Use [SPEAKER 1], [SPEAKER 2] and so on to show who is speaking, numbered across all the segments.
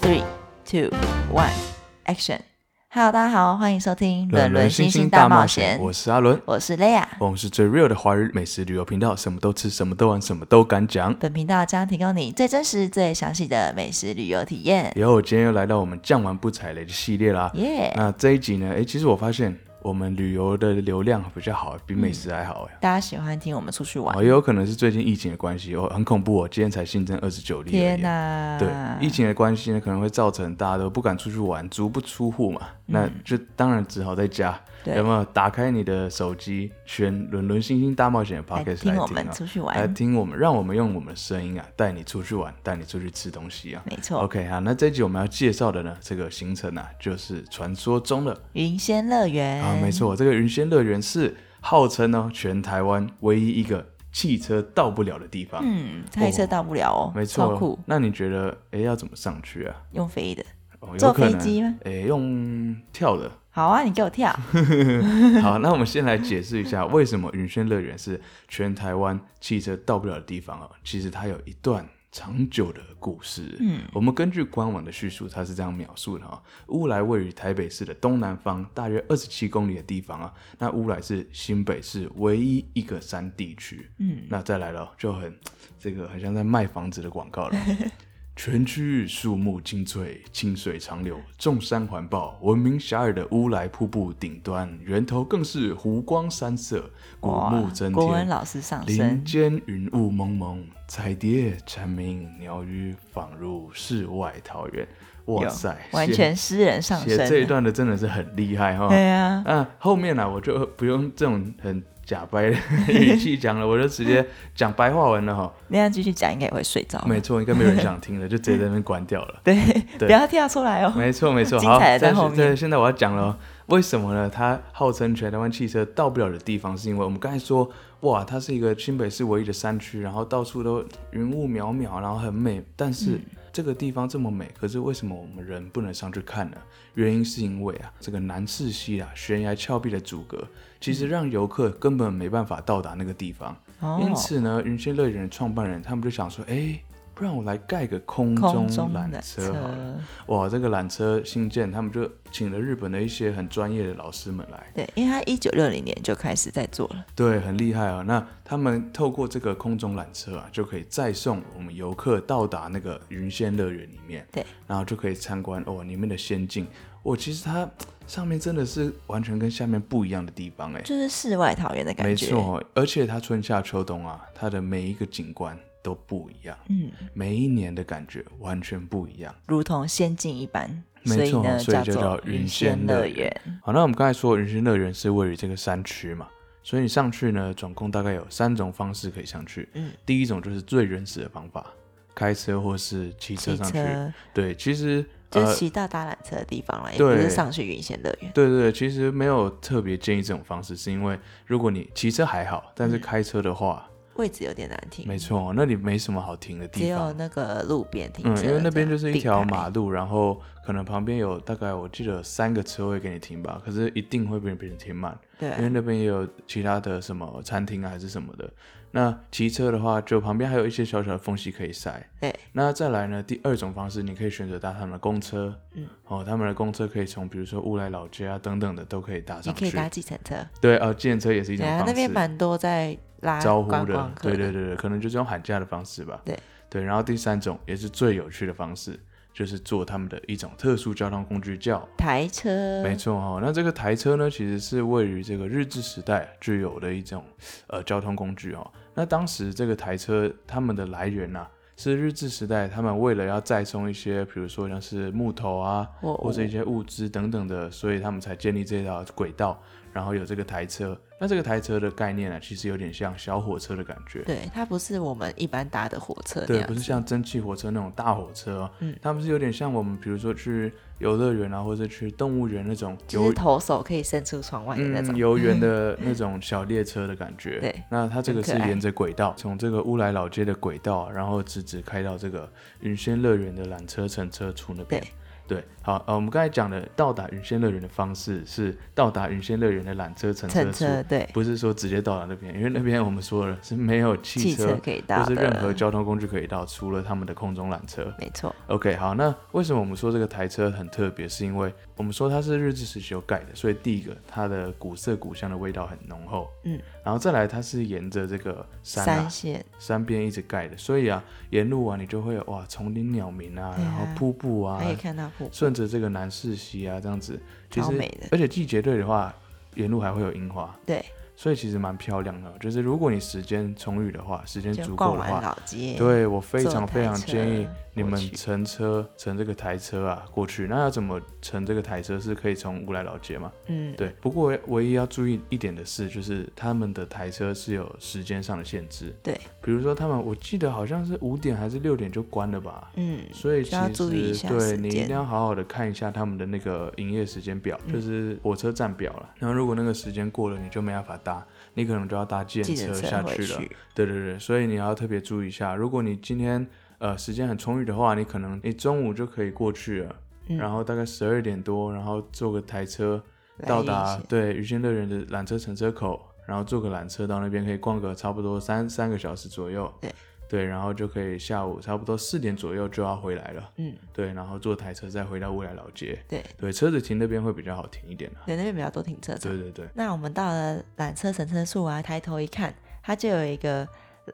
[SPEAKER 1] Three, two, one, action! Hello，大家好，欢迎收听《
[SPEAKER 2] 软
[SPEAKER 1] 伦伦
[SPEAKER 2] 人
[SPEAKER 1] 星
[SPEAKER 2] 星
[SPEAKER 1] 星
[SPEAKER 2] 星
[SPEAKER 1] 大
[SPEAKER 2] 大
[SPEAKER 1] 冒
[SPEAKER 2] 冒
[SPEAKER 1] 险
[SPEAKER 2] 险，》，我是阿伦，
[SPEAKER 1] 我是 Lea。
[SPEAKER 2] 我们是最 real 的华语美食旅游频道，什么都吃，什么都玩，什么都敢讲。
[SPEAKER 1] 本频道将提供你最真实、最详细的美食旅游体验。
[SPEAKER 2] 然后今天又来到我们酱完不踩雷的系列啦。
[SPEAKER 1] 耶、
[SPEAKER 2] 那这一集呢？诶，其实我发现我们旅游的流量比较好，比
[SPEAKER 1] 嗯
[SPEAKER 2] 美食还好哎。
[SPEAKER 1] 大家喜欢听我们出去玩
[SPEAKER 2] 哦，？也有可能是最近疫情的关系，哦，很恐怖哦，今天才新增二十九例而已。啊
[SPEAKER 1] 天哪！
[SPEAKER 2] 对，疫情的关系呢，可能会造成大家都不敢出去玩，足不出户嘛，那就当然只好在家。
[SPEAKER 1] 嗯对
[SPEAKER 2] 有没有打开你的手机，选《伦伦星星大冒险》的
[SPEAKER 1] 来
[SPEAKER 2] podcast
[SPEAKER 1] 听
[SPEAKER 2] 来
[SPEAKER 1] 我
[SPEAKER 2] 听
[SPEAKER 1] 们
[SPEAKER 2] 啊
[SPEAKER 1] 出去
[SPEAKER 2] 来
[SPEAKER 1] 玩，
[SPEAKER 2] 听我们，让我们用我们的声音啊，带你出去玩，带你出去吃东西啊。
[SPEAKER 1] 没错，
[SPEAKER 2] OK 好，那这一集我们要介绍的呢，这个行程啊，就是传说中的
[SPEAKER 1] 云仙乐园
[SPEAKER 2] 啊，没，错，这个云仙乐园是号称呢全台湾唯一一个汽车到不了的地方。
[SPEAKER 1] 嗯，开车到不了哦，
[SPEAKER 2] 没
[SPEAKER 1] 超
[SPEAKER 2] 错
[SPEAKER 1] 酷，，
[SPEAKER 2] 那你觉得，哎，要怎么上去啊？
[SPEAKER 1] 用飞的，
[SPEAKER 2] 哦，有
[SPEAKER 1] 坐
[SPEAKER 2] 可
[SPEAKER 1] 飞
[SPEAKER 2] 能
[SPEAKER 1] 机吗？
[SPEAKER 2] 诶，用跳的。
[SPEAKER 1] 好啊，你给我跳，
[SPEAKER 2] 好，那我们先来解释一下，为什么云轩乐园是全台湾汽车到不了的地方哦。其实它有一段长久的故事。嗯，我们根据官网的叙述，它是这样描述的哈、乌来位于台北市的东南方，大约二十七公里的地方啊。那乌来是新北市唯一一个山地区。嗯，那再来了，就很这个很像在卖房子的广告了。 全区域树木青翠，清水长流，众山环抱，闻名遐迩的乌来瀑布顶端，源头更是湖光山色，古
[SPEAKER 1] 哇
[SPEAKER 2] 木增
[SPEAKER 1] 国文
[SPEAKER 2] 添。
[SPEAKER 1] 老师上身
[SPEAKER 2] 林，间云雾蒙蒙，彩蝶蝉鸣，鸟语仿如世外桃源。哇
[SPEAKER 1] 有
[SPEAKER 2] 塞，
[SPEAKER 1] 完
[SPEAKER 2] 写
[SPEAKER 1] 全诗人上
[SPEAKER 2] 写这一
[SPEAKER 1] 身，
[SPEAKER 2] 段的真的是很厉害哈。
[SPEAKER 1] 对啊，
[SPEAKER 2] 嗯，后面呢、我就不用这种很假掰的语气讲了，我就直接讲白话文了哈。
[SPEAKER 1] 那样继续讲应该也会睡着，
[SPEAKER 2] 没错，应该没有人想听了，就直接在那边关掉了。
[SPEAKER 1] 对，
[SPEAKER 2] 对
[SPEAKER 1] 不要跳出来哦，
[SPEAKER 2] 没错没错，
[SPEAKER 1] 精
[SPEAKER 2] 好，
[SPEAKER 1] 彩的在
[SPEAKER 2] 但是
[SPEAKER 1] 后面
[SPEAKER 2] 对现在我要讲了哦，为什么呢？它号称全台湾汽车到不了的地方，是因为我们刚才说，哇，它是一个新北市唯一的山区，然后到处都云雾渺渺，然后很美。但是、
[SPEAKER 1] 嗯
[SPEAKER 2] 这个地方这么美，可是为什么我们人不能上去看呢？原因是因为啊，这个南势溪啊，悬崖峭壁的阻隔，
[SPEAKER 1] 嗯
[SPEAKER 2] 其实让游客根本没办法到达那个地方。
[SPEAKER 1] 哦，
[SPEAKER 2] 因此呢，云仙乐园的创办人他们就想说，哎，不然我来盖个空中
[SPEAKER 1] 空中
[SPEAKER 2] 缆
[SPEAKER 1] 的
[SPEAKER 2] 车好了。哇，这个缆车新建，他们就请了日本的一些很专业的老师们来，
[SPEAKER 1] 对，因为他一九六零年就开始在做了，
[SPEAKER 2] 对，很厉害啊、那他们透过这个空中缆车啊，就可以载送我们游客到达那个云仙乐园里面，
[SPEAKER 1] 对，
[SPEAKER 2] 然后就可以参观哦里面的仙境。我、其实它上面真的是完全跟下面不一样的地方哎、
[SPEAKER 1] 就是世外桃源的感
[SPEAKER 2] 没
[SPEAKER 1] 觉，，
[SPEAKER 2] 错，而且它春夏秋冬啊，它的每一个景观都不一样，
[SPEAKER 1] 嗯，
[SPEAKER 2] 每一年的感觉完全不一样。
[SPEAKER 1] 如同仙境一般，
[SPEAKER 2] 没
[SPEAKER 1] 所以
[SPEAKER 2] 错
[SPEAKER 1] 呢
[SPEAKER 2] 所以就
[SPEAKER 1] 做
[SPEAKER 2] 叫云
[SPEAKER 1] 仙
[SPEAKER 2] 仙乐
[SPEAKER 1] 园，
[SPEAKER 2] 好，那我们刚才说云仙乐园是位于这个山区嘛，所以你上去呢，总共大概有三种方式可以上去。
[SPEAKER 1] 嗯，
[SPEAKER 2] 第一种就是最原始的方法，开车或是骑车
[SPEAKER 1] 骑
[SPEAKER 2] 上去。
[SPEAKER 1] 车
[SPEAKER 2] 对，其实
[SPEAKER 1] 就
[SPEAKER 2] 呃
[SPEAKER 1] 是，骑到搭缆车的地方了，也不
[SPEAKER 2] 对
[SPEAKER 1] 是上去云仙乐园，
[SPEAKER 2] 对对对，其实没有特别建议这种方式，是因为如果你骑车还好，但
[SPEAKER 1] 嗯
[SPEAKER 2] 是开车的话，
[SPEAKER 1] 位置有点难停，
[SPEAKER 2] 没错，那里没什么好停的
[SPEAKER 1] 只
[SPEAKER 2] 地
[SPEAKER 1] 有
[SPEAKER 2] 方。
[SPEAKER 1] 那个路边停车
[SPEAKER 2] 嗯，
[SPEAKER 1] 这样，
[SPEAKER 2] 因为那边就是一条
[SPEAKER 1] 并排
[SPEAKER 2] 马路，然后可能旁边有大概我记得有三个车位给你停吧，可是一定会被别人停满。因为
[SPEAKER 1] 对，
[SPEAKER 2] 那边也有其他的什么餐厅啊，还是什么的。那骑车的话，就旁边还有一些小小的缝隙可以塞。
[SPEAKER 1] 对，
[SPEAKER 2] 那再来呢，第二种方式，你可以选择搭他们的公车。
[SPEAKER 1] 嗯，
[SPEAKER 2] 哦，他们的公车可以从比如说乌来老街啊等等的都可以搭
[SPEAKER 1] 你
[SPEAKER 2] 上
[SPEAKER 1] 可以
[SPEAKER 2] 去。
[SPEAKER 1] 搭计程车，
[SPEAKER 2] 对，呃，计程车也是一种
[SPEAKER 1] 对啊，
[SPEAKER 2] 方
[SPEAKER 1] 那边
[SPEAKER 2] 式。
[SPEAKER 1] 蛮多在拉
[SPEAKER 2] 招
[SPEAKER 1] 观
[SPEAKER 2] 呼的
[SPEAKER 1] 光，客
[SPEAKER 2] 对
[SPEAKER 1] 的，
[SPEAKER 2] 对对对，可能就是用喊价的方式吧。
[SPEAKER 1] 对
[SPEAKER 2] 对，然后第三种也是最有趣的方式，就是坐他们的一种特殊交通工具叫
[SPEAKER 1] 台车，
[SPEAKER 2] 没错哦，那这个台车呢，其实是位于这个日治时代具有的一种呃交通工具哦。那当时这个台车他们的来源呢、是日治时代他们为了要载送一些，比如说像是木头啊，
[SPEAKER 1] 我
[SPEAKER 2] 或者一些物资等等的，所以他们才建立这条轨道，然后有这个台车。那这个台车的概念呢、其实有点像小火车的感觉。
[SPEAKER 1] 对，它不是我们一般搭的火车那
[SPEAKER 2] 对，
[SPEAKER 1] 样
[SPEAKER 2] 不是
[SPEAKER 1] 子
[SPEAKER 2] 像蒸汽火车那种大火车、哦，
[SPEAKER 1] 嗯
[SPEAKER 2] 他们是有点像我们，比如说去游乐园啊，或者去动物园那种
[SPEAKER 1] 就
[SPEAKER 2] 游
[SPEAKER 1] 是投手可以伸出窗外的那种。
[SPEAKER 2] 嗯，游园 的那种小列车的感觉。
[SPEAKER 1] 对，
[SPEAKER 2] 那它这个是
[SPEAKER 1] 很可爱
[SPEAKER 2] 沿着轨道，从这个乌来老街的轨道，然后直直开到这个云仙乐园的缆车乘车处那边
[SPEAKER 1] 对。
[SPEAKER 2] 对，好，呃，我们刚才讲的到达云仙乐园的方式是到达云仙乐园的缆车乘车
[SPEAKER 1] 乘
[SPEAKER 2] 处，
[SPEAKER 1] 车对，
[SPEAKER 2] 不是说直接到达那边，因为那边我们说了是没有汽
[SPEAKER 1] 汽
[SPEAKER 2] 车
[SPEAKER 1] 车可以到
[SPEAKER 2] 或是任何
[SPEAKER 1] 的，
[SPEAKER 2] 交通工具可以到，除了他们的空中缆车。
[SPEAKER 1] 没错，
[SPEAKER 2] OK，好，那为什么我们说这个台车很特别？是因为我们说它是日治时期有盖的，所以第一个它的古色古香的味道很浓厚，
[SPEAKER 1] 嗯，
[SPEAKER 2] 然后再来它是沿着这个山啊
[SPEAKER 1] 三线
[SPEAKER 2] 山边一直盖的，所以啊，沿路啊你就会有哇丛林鸟鸣啊，
[SPEAKER 1] 对啊哎
[SPEAKER 2] 然后瀑布啊
[SPEAKER 1] 可，以看到瀑布，
[SPEAKER 2] 顺着这个南势溪啊这样子，其
[SPEAKER 1] 超
[SPEAKER 2] 实
[SPEAKER 1] 美的
[SPEAKER 2] 而且季节对的话，沿路还会有樱花，
[SPEAKER 1] 对，
[SPEAKER 2] 所以其实蛮漂亮的。就是如果你时间充裕的话，时间
[SPEAKER 1] 就
[SPEAKER 2] 足
[SPEAKER 1] 逛
[SPEAKER 2] 够的
[SPEAKER 1] 完
[SPEAKER 2] 话，
[SPEAKER 1] 老街，
[SPEAKER 2] 对我非
[SPEAKER 1] 坐
[SPEAKER 2] 常非
[SPEAKER 1] 台
[SPEAKER 2] 常
[SPEAKER 1] 车
[SPEAKER 2] 建议你
[SPEAKER 1] 过
[SPEAKER 2] 们
[SPEAKER 1] 去
[SPEAKER 2] 乘车乘这个台车啊过去。那要怎么乘这个台车？是可以从乌来老街嘛？
[SPEAKER 1] 嗯，
[SPEAKER 2] 对。不过唯唯一要注意一点的是，就是他们的台车是有时间上的限制。
[SPEAKER 1] 对，
[SPEAKER 2] 比如说他们，我记得好像是五点还是六点就关了吧。
[SPEAKER 1] 嗯，
[SPEAKER 2] 所以其
[SPEAKER 1] 需要注意一
[SPEAKER 2] 实
[SPEAKER 1] 下
[SPEAKER 2] 对
[SPEAKER 1] 时
[SPEAKER 2] 你一
[SPEAKER 1] 间
[SPEAKER 2] 定要好好的看一下他们的那个营业时间
[SPEAKER 1] 嗯
[SPEAKER 2] 表，就是火车站表了。然后如果那个时间过了，你就没办法搭，你可能就要搭计
[SPEAKER 1] 计
[SPEAKER 2] 程
[SPEAKER 1] 程
[SPEAKER 2] 车
[SPEAKER 1] 车
[SPEAKER 2] 下
[SPEAKER 1] 回
[SPEAKER 2] 去了。
[SPEAKER 1] 去，
[SPEAKER 2] 对对对，所以你要特别注意一下。如果你今天呃时间很充裕的话，你可能你中午就可以过去了，
[SPEAKER 1] 嗯
[SPEAKER 2] 然后大概十二点多，然后坐个台车
[SPEAKER 1] 来
[SPEAKER 2] 到
[SPEAKER 1] 一
[SPEAKER 2] 达
[SPEAKER 1] 些
[SPEAKER 2] 对鱼仙乐园的缆车乘车口，然后坐个缆车到那边可以逛个差不多三三个小时左右。
[SPEAKER 1] 对
[SPEAKER 2] 对，然后就可以下午差不多四点左右就要回来了。
[SPEAKER 1] 嗯，
[SPEAKER 2] 对，然后坐台车再回到未来老街。
[SPEAKER 1] 对
[SPEAKER 2] 对，车子停那边会比较好停一点啊。
[SPEAKER 1] 对，那边比较多停车场。
[SPEAKER 2] 对对对，
[SPEAKER 1] 那我们到了缆车乘车处啊，抬头一看，它就有一个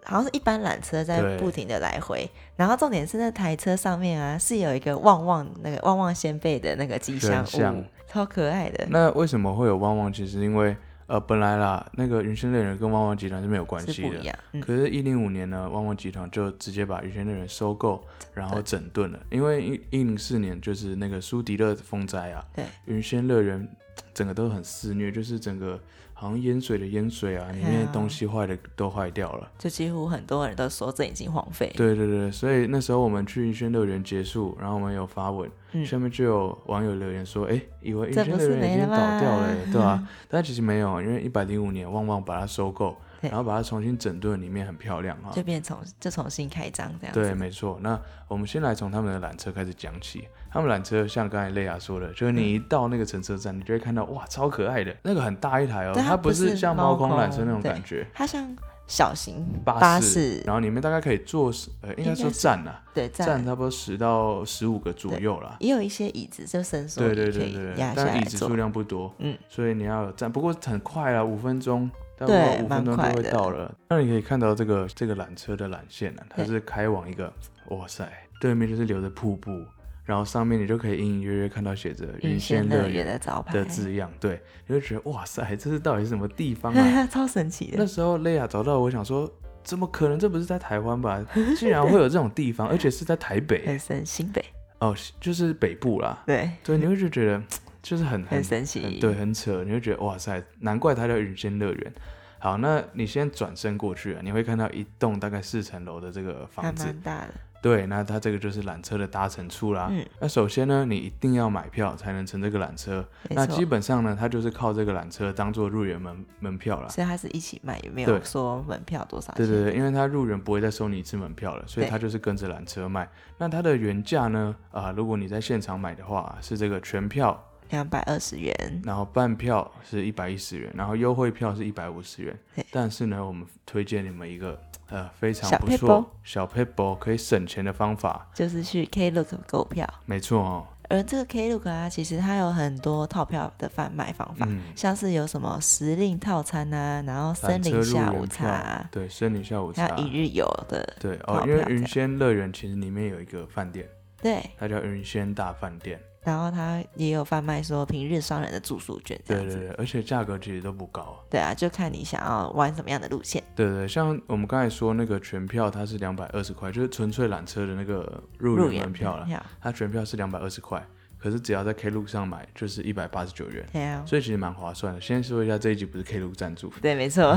[SPEAKER 1] 好像是一般缆车在
[SPEAKER 2] 对
[SPEAKER 1] 不停的来回，然后重点是那台车上面啊是有一个旺旺那个旺旺仙贝的那个吉祥
[SPEAKER 2] 神像
[SPEAKER 1] 物，超可爱的，
[SPEAKER 2] 那为什么会有旺旺？其实因为呃，本来啦，那个云仙乐园跟旺旺集团是没有关
[SPEAKER 1] 是
[SPEAKER 2] 系
[SPEAKER 1] 不
[SPEAKER 2] 的
[SPEAKER 1] 一。样，嗯，
[SPEAKER 2] 可是，一零五年呢，旺旺集团就直接把云仙乐园收购，然后整顿了。因为一一零四年就是那个苏迪勒风灾啊，
[SPEAKER 1] 对，
[SPEAKER 2] 云仙乐园整个都很肆虐，就是整个好像淹水的淹水啊，里
[SPEAKER 1] 对
[SPEAKER 2] 面
[SPEAKER 1] 啊
[SPEAKER 2] 东西坏的都坏掉了。
[SPEAKER 1] 就几乎很多人都说这已经荒废，
[SPEAKER 2] 对对对，所以那时候我们去云轩乐园结束，然后我们有发文，
[SPEAKER 1] 嗯
[SPEAKER 2] 下面就有网友留言说：“哎，以为云
[SPEAKER 1] 这
[SPEAKER 2] 轩
[SPEAKER 1] 不
[SPEAKER 2] 乐
[SPEAKER 1] 是
[SPEAKER 2] 园已
[SPEAKER 1] 没
[SPEAKER 2] 经
[SPEAKER 1] 了
[SPEAKER 2] 倒掉了
[SPEAKER 1] 吗
[SPEAKER 2] 耶，对啊？但其实没有，因为一百零五年旺旺把它收购，
[SPEAKER 1] 对
[SPEAKER 2] 然后把它重新整顿，里面很漂亮啊。
[SPEAKER 1] 就变重就重新开张这样
[SPEAKER 2] 对，
[SPEAKER 1] 子，
[SPEAKER 2] 没错。那我们先来从他们的缆车开始讲起。他们缆车像刚才雷亚说的，就是
[SPEAKER 1] 嗯
[SPEAKER 2] 你一到那个乘车站，你就会看到哇，超可爱的那个很大一台哦，
[SPEAKER 1] 对
[SPEAKER 2] 它
[SPEAKER 1] 它
[SPEAKER 2] 不
[SPEAKER 1] 不
[SPEAKER 2] 是
[SPEAKER 1] 是
[SPEAKER 2] 像
[SPEAKER 1] 猫
[SPEAKER 2] 猫空缆车
[SPEAKER 1] 空
[SPEAKER 2] 那种
[SPEAKER 1] 对
[SPEAKER 2] 感觉，
[SPEAKER 1] 它像小型
[SPEAKER 2] 巴士，
[SPEAKER 1] 巴士，
[SPEAKER 2] 然后里面大概可以坐十，呃，
[SPEAKER 1] 应
[SPEAKER 2] 应该
[SPEAKER 1] 该
[SPEAKER 2] 说
[SPEAKER 1] 是
[SPEAKER 2] 站啊，
[SPEAKER 1] 对，
[SPEAKER 2] 站
[SPEAKER 1] 站
[SPEAKER 2] 差不多十到十五个左右啦。
[SPEAKER 1] 也有一些椅子就伸缩
[SPEAKER 2] 对
[SPEAKER 1] 椅
[SPEAKER 2] 对
[SPEAKER 1] 可
[SPEAKER 2] 对
[SPEAKER 1] 以
[SPEAKER 2] 对，
[SPEAKER 1] 压下
[SPEAKER 2] 但
[SPEAKER 1] 来
[SPEAKER 2] 椅子
[SPEAKER 1] 坐
[SPEAKER 2] 数，量不多，
[SPEAKER 1] 嗯，
[SPEAKER 2] 所以你要有站，不过很快啊，五分钟，但
[SPEAKER 1] 对
[SPEAKER 2] 我五分
[SPEAKER 1] 蛮
[SPEAKER 2] 钟就
[SPEAKER 1] 快
[SPEAKER 2] 会
[SPEAKER 1] 的
[SPEAKER 2] 到了。那你可以看到这个这个缆车的缆线啊，它
[SPEAKER 1] 对
[SPEAKER 2] 是开往一个，哇塞，对面就是流着瀑布，然后上面你就可以隐隐约约看到写着“云
[SPEAKER 1] 云
[SPEAKER 2] 仙
[SPEAKER 1] 仙
[SPEAKER 2] 乐
[SPEAKER 1] 乐园
[SPEAKER 2] 园
[SPEAKER 1] 的”招牌
[SPEAKER 2] 的字样，对，你就觉得哇塞，这是到底是什么地方 啊？
[SPEAKER 1] 超神奇
[SPEAKER 2] 那
[SPEAKER 1] 的。
[SPEAKER 2] 时候雷亚找到我，想说。怎么可能？这不是在台湾吧？竟然会有这种 地方，而且是在台北
[SPEAKER 1] 很神新北，
[SPEAKER 2] 哦，就是北部啦。
[SPEAKER 1] 对，
[SPEAKER 2] 对，你会就觉得就是很
[SPEAKER 1] 嗯很
[SPEAKER 2] 很
[SPEAKER 1] 神奇
[SPEAKER 2] 很。对，很扯，你会觉得哇塞，难怪它叫云仙乐园。好，那你先转身过去啊，你会看到一栋大概四层楼的这个
[SPEAKER 1] 还
[SPEAKER 2] 房子。
[SPEAKER 1] 蛮大的，
[SPEAKER 2] 对，那它这个就是缆车的搭乘处啦。
[SPEAKER 1] 嗯
[SPEAKER 2] 那首先呢，你一定要买票才能乘这个缆车。那
[SPEAKER 1] 没
[SPEAKER 2] 基
[SPEAKER 1] 错。
[SPEAKER 2] 本上呢，它就是靠这个缆车当做入园门门票啦。
[SPEAKER 1] 所以它是一起卖，也没
[SPEAKER 2] 对
[SPEAKER 1] 有说门票多少
[SPEAKER 2] 对
[SPEAKER 1] 钱。
[SPEAKER 2] 对对，因为它入园不会再收你一次门票了，所以
[SPEAKER 1] 对
[SPEAKER 2] 它就是跟着缆车卖。那它的原价呢？啊、如果你在现场买的话，啊是这个全票
[SPEAKER 1] 两百二十元，
[SPEAKER 2] 然后半票是一百一十元，然后优惠票是一百五十元
[SPEAKER 1] 对。
[SPEAKER 2] 但是呢，我们推荐你们一个呃非常
[SPEAKER 1] 小
[SPEAKER 2] 不
[SPEAKER 1] paper
[SPEAKER 2] 错小 paper 可以省钱的方法，
[SPEAKER 1] 就是去 Klook 购票。
[SPEAKER 2] 没错哦。
[SPEAKER 1] 而这个 Klook 啊，其实它有很多套票的贩卖方法，
[SPEAKER 2] 嗯，
[SPEAKER 1] 像是有什么时令套餐啊，然后森
[SPEAKER 2] 缆车
[SPEAKER 1] 林
[SPEAKER 2] 入
[SPEAKER 1] 下
[SPEAKER 2] 园
[SPEAKER 1] 午茶
[SPEAKER 2] 票
[SPEAKER 1] 啊，
[SPEAKER 2] 对，森林下午
[SPEAKER 1] 还
[SPEAKER 2] 茶
[SPEAKER 1] 有，一日游的，
[SPEAKER 2] 对哦，
[SPEAKER 1] 套
[SPEAKER 2] 因为
[SPEAKER 1] 票这
[SPEAKER 2] 云
[SPEAKER 1] 样
[SPEAKER 2] 仙乐园其实里面有一个饭店，
[SPEAKER 1] 对。
[SPEAKER 2] 它叫云仙大饭店，
[SPEAKER 1] 然后它也有贩卖说平日双人的住宿券这
[SPEAKER 2] 对
[SPEAKER 1] 样
[SPEAKER 2] 对
[SPEAKER 1] 子。
[SPEAKER 2] 对，而且价格其实都不高啊。
[SPEAKER 1] 对啊，就看你想要玩什么样的路线。
[SPEAKER 2] 对对，像我们刚才说那个全票，它是两百二十块，就是纯粹缆车的那个入
[SPEAKER 1] 入
[SPEAKER 2] 园
[SPEAKER 1] 园
[SPEAKER 2] 门票啦。
[SPEAKER 1] 票，
[SPEAKER 2] 它全票是两百二十块，可是只要在 K 路上买就是一百八十九元，
[SPEAKER 1] 对啊，
[SPEAKER 2] 所以其实蛮划算的。先说一下这一集不是 K 路赞 助，
[SPEAKER 1] 对，没错。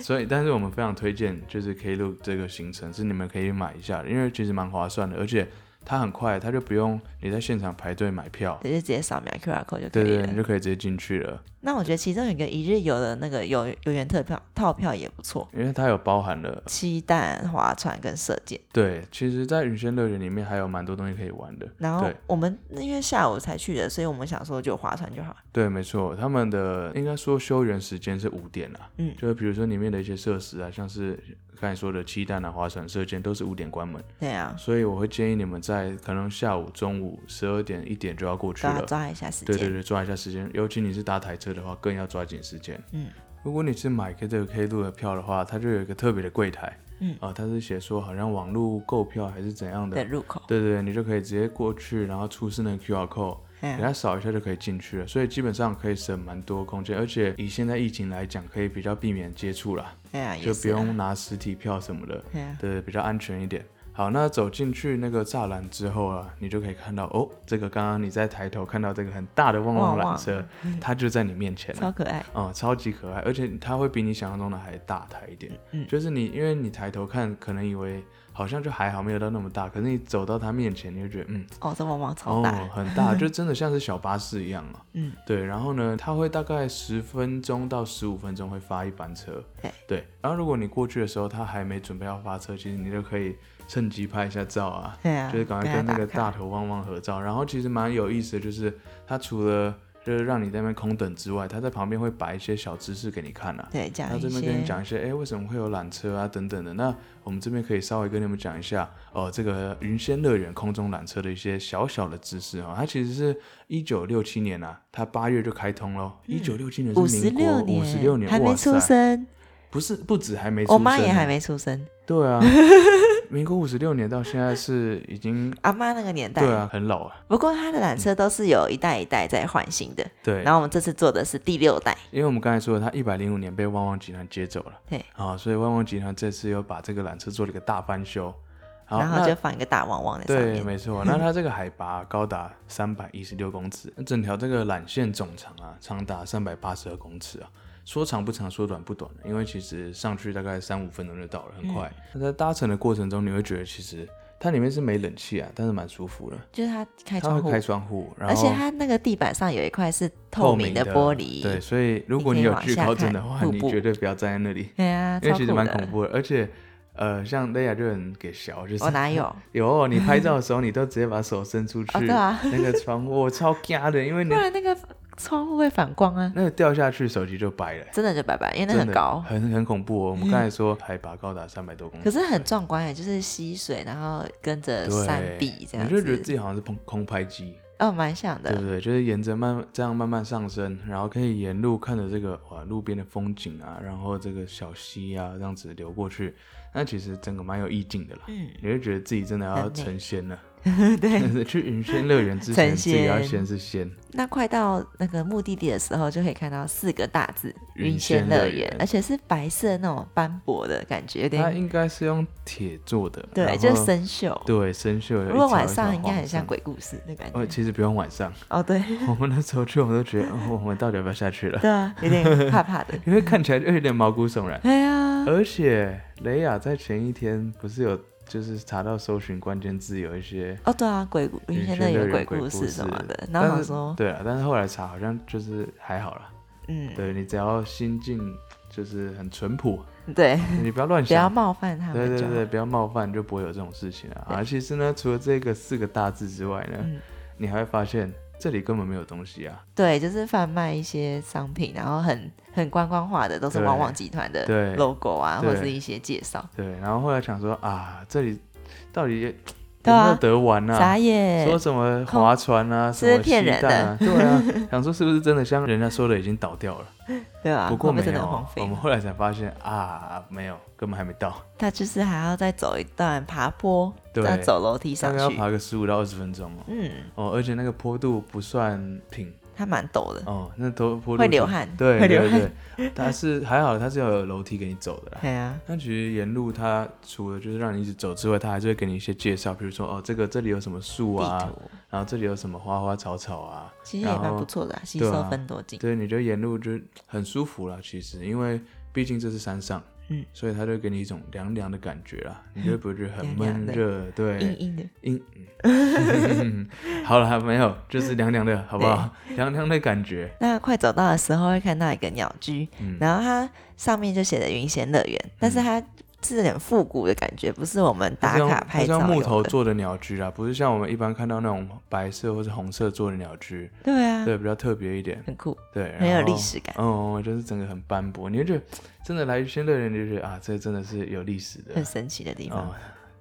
[SPEAKER 2] 所以但是我们非常推荐就是 K 路这个行程是你们可以买一下的，因为其实蛮划算的，而且它很快，它就不用你在现场排队买票，
[SPEAKER 1] 对，就直接扫描 QR code 就可
[SPEAKER 2] 对
[SPEAKER 1] 以
[SPEAKER 2] 对，
[SPEAKER 1] 了。
[SPEAKER 2] 你就可以直接进去了，
[SPEAKER 1] 那我觉得其中有一个一日游的那个游游园特票套票也不错，
[SPEAKER 2] 因为它有包含了。
[SPEAKER 1] 气弹、划船跟射箭。
[SPEAKER 2] 对，其实，在云轩乐园里面还有蛮多东西可以玩的。
[SPEAKER 1] 然后
[SPEAKER 2] 对
[SPEAKER 1] 我们因为下午才去的，所以我们想说就划船就好了。
[SPEAKER 2] 对，没错，他们的应该说休园时间是五点啦。
[SPEAKER 1] 嗯
[SPEAKER 2] 就是比如说里面的一些设施啊，像是刚才说的鸡蛋啊、划船、射箭，都是五点关门。
[SPEAKER 1] 对啊，
[SPEAKER 2] 所以我会建议你们在可能下午、中午十二点、一点就要过去
[SPEAKER 1] 抓
[SPEAKER 2] 了。
[SPEAKER 1] 抓一下时间。
[SPEAKER 2] 对对对，抓一下时间，尤其你是搭台车的话，更要抓紧时间。
[SPEAKER 1] 嗯，
[SPEAKER 2] 如果你是买这个 K 路的票的话，它就有一个特别的柜台。
[SPEAKER 1] 嗯，
[SPEAKER 2] 啊、它是写说好像网络购票还是怎样的
[SPEAKER 1] 的。入口。
[SPEAKER 2] 对对对，你就可以直接过去，然后出示那个 QR code。
[SPEAKER 1] 哎呀
[SPEAKER 2] 给它扫一下就可以进去了，所以基本上可以省蛮多空间，而且以现在疫情来讲，可以比较避免接触啦，
[SPEAKER 1] 哎呀，也
[SPEAKER 2] 就是不
[SPEAKER 1] 啊
[SPEAKER 2] 用拿实体票什么的，
[SPEAKER 1] 对啊
[SPEAKER 2] 对，比较安全一点。好，那走进去那个栅栏之后啊，你就可以看到哦，这个刚刚你在抬头看到这个很大的旺旺缆车，它就在你面前
[SPEAKER 1] 嗯
[SPEAKER 2] 了
[SPEAKER 1] 超。可爱。
[SPEAKER 2] 哦、超级可爱，而且它会比你想象中的还大台一点。
[SPEAKER 1] 嗯
[SPEAKER 2] 就是你，因为你抬头看，可能以为好像就还好，没有到那么大。可是你走到它面前，你就觉得，嗯，
[SPEAKER 1] 哦，这旺旺超大。
[SPEAKER 2] 哦，很 大，就真的像是小巴士一样啊。
[SPEAKER 1] 嗯，
[SPEAKER 2] 对。然后呢，它会大概十分钟到十五分钟会发一班车
[SPEAKER 1] 对。
[SPEAKER 2] 对。然后如果你过去的时候，它还没准备要发车，其实你就可以趁机拍一下照啊，
[SPEAKER 1] 对啊，
[SPEAKER 2] 就是赶快
[SPEAKER 1] 给它
[SPEAKER 2] 跟那
[SPEAKER 1] 打
[SPEAKER 2] 个
[SPEAKER 1] 卡
[SPEAKER 2] 大头旺旺合照。然后其实蛮有意思的，就是它除了就是让你在那边空等之外，它在旁边会摆一些小知识给你看啊。
[SPEAKER 1] 对讲
[SPEAKER 2] 那
[SPEAKER 1] 一
[SPEAKER 2] 这边
[SPEAKER 1] 些
[SPEAKER 2] 跟你讲一些，哎、为什么会有缆车啊等等的。那我们这边可以稍微跟你们讲一下，哦、这个云仙乐园空中缆车的一些小小的知识哦。它其实是一九六七年啊，它八月就开通咯。一九六七年
[SPEAKER 1] 嗯五
[SPEAKER 2] 是
[SPEAKER 1] 十
[SPEAKER 2] 民国
[SPEAKER 1] 六
[SPEAKER 2] 五十六年，
[SPEAKER 1] 还没
[SPEAKER 2] 哇
[SPEAKER 1] 出
[SPEAKER 2] 塞，
[SPEAKER 1] 生，
[SPEAKER 2] 不是不止还没出生，啊
[SPEAKER 1] 我妈也还。没出生，
[SPEAKER 2] 对 啊，民国五十六年到现在是 已经
[SPEAKER 1] 阿妈那个年代。
[SPEAKER 2] 对啊，很老啊。
[SPEAKER 1] 不过它的缆车都是有一代一代在换新的，
[SPEAKER 2] 对，
[SPEAKER 1] 然后我们这次做的是第六代，
[SPEAKER 2] 因为我们刚才说了，它一百零五年被旺旺集团接走了，
[SPEAKER 1] 对，
[SPEAKER 2] 啊，所以旺旺集团这次又把这个缆车做了一个大翻修，好
[SPEAKER 1] 然
[SPEAKER 2] 那
[SPEAKER 1] 后就放一个大旺旺在上
[SPEAKER 2] 对，
[SPEAKER 1] 面。
[SPEAKER 2] 没错。那它这个海拔高达三百一十六公尺，那整条这个缆线总长啊，长达三百八十二公尺啊。说长不长，说短不短，啊因为其实上去大概三五分钟就到了，
[SPEAKER 1] 嗯
[SPEAKER 2] 很快。那、在搭乘的过程中，你会觉得其实它里面是没冷气啊，但是蛮舒服的。
[SPEAKER 1] 就是它开
[SPEAKER 2] 它
[SPEAKER 1] 窗
[SPEAKER 2] 会
[SPEAKER 1] 户，
[SPEAKER 2] 开窗户，然后
[SPEAKER 1] 而且它那个地板上有一块是
[SPEAKER 2] 透
[SPEAKER 1] 明
[SPEAKER 2] 的
[SPEAKER 1] 玻璃，
[SPEAKER 2] 对，所以如果你有惧高症的
[SPEAKER 1] 你可以往下
[SPEAKER 2] 话，
[SPEAKER 1] 看瀑
[SPEAKER 2] 你
[SPEAKER 1] 布
[SPEAKER 2] 绝对不要站在那里，
[SPEAKER 1] 对啊，
[SPEAKER 2] 因为
[SPEAKER 1] 超
[SPEAKER 2] 其
[SPEAKER 1] 酷
[SPEAKER 2] 实蛮恐
[SPEAKER 1] 的。
[SPEAKER 2] 怖的。而且，呃，像雷亚就很给小，就是
[SPEAKER 1] 我哪有？
[SPEAKER 2] 有，你拍照的时候，你都直接把手伸出去，
[SPEAKER 1] 哦对 啊
[SPEAKER 2] 那个窗户我超嘎的，因为你
[SPEAKER 1] 不 然那个窗户会反光啊，
[SPEAKER 2] 那个掉下去，手机就白了、
[SPEAKER 1] 真的就拜拜，因为那
[SPEAKER 2] 真
[SPEAKER 1] 很
[SPEAKER 2] 的
[SPEAKER 1] 高，
[SPEAKER 2] 很很恐怖哦。我们刚才说海拔高达三百多公
[SPEAKER 1] 可
[SPEAKER 2] 尺，
[SPEAKER 1] 是很壮观耶，欸就是溪水，然后跟着
[SPEAKER 2] 对，
[SPEAKER 1] 山壁这样
[SPEAKER 2] 你就觉得自
[SPEAKER 1] 子，
[SPEAKER 2] 己好像是空空拍机，
[SPEAKER 1] 哦，蛮像
[SPEAKER 2] 对
[SPEAKER 1] 的。
[SPEAKER 2] 不对？就是沿着慢这样慢慢上升，然后可以沿路看着这个哇路边的风景啊，然后这个小溪啊这样子流过去，那其实整个蛮有意境的啦。
[SPEAKER 1] 嗯，
[SPEAKER 2] 你会觉得自己真的
[SPEAKER 1] 很
[SPEAKER 2] 要
[SPEAKER 1] 美
[SPEAKER 2] 成仙了，
[SPEAKER 1] 对。
[SPEAKER 2] 但是去云仙乐园之前，
[SPEAKER 1] 成
[SPEAKER 2] 自己要
[SPEAKER 1] 仙
[SPEAKER 2] 先是仙。
[SPEAKER 1] 那快到那个目的地的时候，就可以看到四个大字“云
[SPEAKER 2] 云仙
[SPEAKER 1] 仙
[SPEAKER 2] 乐
[SPEAKER 1] 乐园
[SPEAKER 2] 园”，
[SPEAKER 1] 而且是白色那种斑驳的感觉，有
[SPEAKER 2] 它
[SPEAKER 1] 点
[SPEAKER 2] 应该是用铁做的，然
[SPEAKER 1] 对，
[SPEAKER 2] 后
[SPEAKER 1] 就是生锈。
[SPEAKER 2] 对生锈。
[SPEAKER 1] 如果晚上应该很像。鬼故事的感
[SPEAKER 2] 呃，
[SPEAKER 1] 觉。
[SPEAKER 2] 其实不用 晚上，
[SPEAKER 1] 哦， 对，
[SPEAKER 2] 我们那时候去，我们都觉得，哦，我们到底要不要下去了？。
[SPEAKER 1] 对啊，有点怕怕的
[SPEAKER 2] 因为看起来就有点毛骨悚然。
[SPEAKER 1] 哎呀，
[SPEAKER 2] 而且雷雅在前一天不是有，就是查到搜寻关键字有一些
[SPEAKER 1] 哦，对啊，鬼故云仙乐
[SPEAKER 2] 园
[SPEAKER 1] 园鬼
[SPEAKER 2] 鬼
[SPEAKER 1] 故事什么的，然后
[SPEAKER 2] 但
[SPEAKER 1] 想
[SPEAKER 2] 是
[SPEAKER 1] 说，
[SPEAKER 2] 对啊，但是后来查好像就是还好啦。
[SPEAKER 1] 嗯，
[SPEAKER 2] 对你只要心境就是很淳 朴，
[SPEAKER 1] 对，
[SPEAKER 2] 你不要乱
[SPEAKER 1] 不要
[SPEAKER 2] 想，
[SPEAKER 1] 冒犯他
[SPEAKER 2] 对
[SPEAKER 1] 们
[SPEAKER 2] 对
[SPEAKER 1] 就好
[SPEAKER 2] 对，。不要冒犯，就不会有这种事情啊。
[SPEAKER 1] 对
[SPEAKER 2] 啊，其实呢，除了这个四个大字之外呢，
[SPEAKER 1] 嗯
[SPEAKER 2] 你还会发现这里根本没有东西啊。
[SPEAKER 1] 对，就是贩卖一些商品，然后很很观光化的，都是
[SPEAKER 2] 对
[SPEAKER 1] 旺旺集团
[SPEAKER 2] 对
[SPEAKER 1] 的 logo 啊，
[SPEAKER 2] 对
[SPEAKER 1] 或者是一些介绍。
[SPEAKER 2] 对，然后后来想说啊，这里到底有
[SPEAKER 1] 对
[SPEAKER 2] 没有
[SPEAKER 1] 啊
[SPEAKER 2] 得玩啊？
[SPEAKER 1] 傻眼
[SPEAKER 2] 说，什么划船啊，
[SPEAKER 1] 是
[SPEAKER 2] 什
[SPEAKER 1] 不是
[SPEAKER 2] 么
[SPEAKER 1] 骗人
[SPEAKER 2] 吸 弹啊？对啊，想说是不是真的像人家说的已经倒掉了？
[SPEAKER 1] 对啊，
[SPEAKER 2] 不过
[SPEAKER 1] 会不
[SPEAKER 2] 没
[SPEAKER 1] 会真的
[SPEAKER 2] 有
[SPEAKER 1] 很荒
[SPEAKER 2] 啊，
[SPEAKER 1] 废
[SPEAKER 2] 我们后来才发现啊，没有，根本还没到，
[SPEAKER 1] 他就是还要再走一段爬坡，
[SPEAKER 2] 对
[SPEAKER 1] 再走楼梯
[SPEAKER 2] 大
[SPEAKER 1] 上
[SPEAKER 2] 概要
[SPEAKER 1] 去。
[SPEAKER 2] 爬个十五到二十分钟哦。
[SPEAKER 1] 嗯，
[SPEAKER 2] 哦，而且那个坡度不算平
[SPEAKER 1] 它蛮陡的。
[SPEAKER 2] 哦，那坡坡度
[SPEAKER 1] 会流
[SPEAKER 2] 是
[SPEAKER 1] 汗
[SPEAKER 2] 对
[SPEAKER 1] 会流
[SPEAKER 2] 对对对，它是还好，它是有楼梯给你走的啦。
[SPEAKER 1] 对啊，
[SPEAKER 2] 那其实沿路它除了就是让你一直走之外，它还是会给你一些介绍，比如说哦，这个这里有什么树
[SPEAKER 1] 地
[SPEAKER 2] 啊，
[SPEAKER 1] 图
[SPEAKER 2] 然后这里有什么花花草草啊，
[SPEAKER 1] 其实也
[SPEAKER 2] 然
[SPEAKER 1] 蛮
[SPEAKER 2] 后
[SPEAKER 1] 不错的啊，吸
[SPEAKER 2] 对啊
[SPEAKER 1] 收分多精。
[SPEAKER 2] 对，你就沿路就很舒服啦。其实因为毕竟这是山上，
[SPEAKER 1] 嗯，
[SPEAKER 2] 所以它就会给你一种凉凉的感觉啦，你就不会觉得 很闷热，
[SPEAKER 1] 硬
[SPEAKER 2] 对，
[SPEAKER 1] 硬的，
[SPEAKER 2] 阴，嗯好了，没有，就是凉凉的好不好？凉凉的感觉，
[SPEAKER 1] 那快走到的时候会看到一个鸟居，
[SPEAKER 2] 嗯
[SPEAKER 1] 然后它上面就写的云仙乐园，但是它是有点复古的感觉，不是我们 打
[SPEAKER 2] 它是用
[SPEAKER 1] 卡
[SPEAKER 2] 它
[SPEAKER 1] 拍
[SPEAKER 2] 是
[SPEAKER 1] 照
[SPEAKER 2] 用木
[SPEAKER 1] 用
[SPEAKER 2] 头
[SPEAKER 1] 的
[SPEAKER 2] 做的鸟居啦，不是像我们一般看到那种白色或是红色做的鸟居，
[SPEAKER 1] 对啊，
[SPEAKER 2] 对，比较特别一点，
[SPEAKER 1] 很酷，
[SPEAKER 2] 对，
[SPEAKER 1] 很有
[SPEAKER 2] 然后
[SPEAKER 1] 历史感
[SPEAKER 2] 嗯，就是整个很斑驳，你会觉得真的来云仙乐园，你就觉得啊，这真的是有历史的
[SPEAKER 1] 很神奇的地方。
[SPEAKER 2] 哦，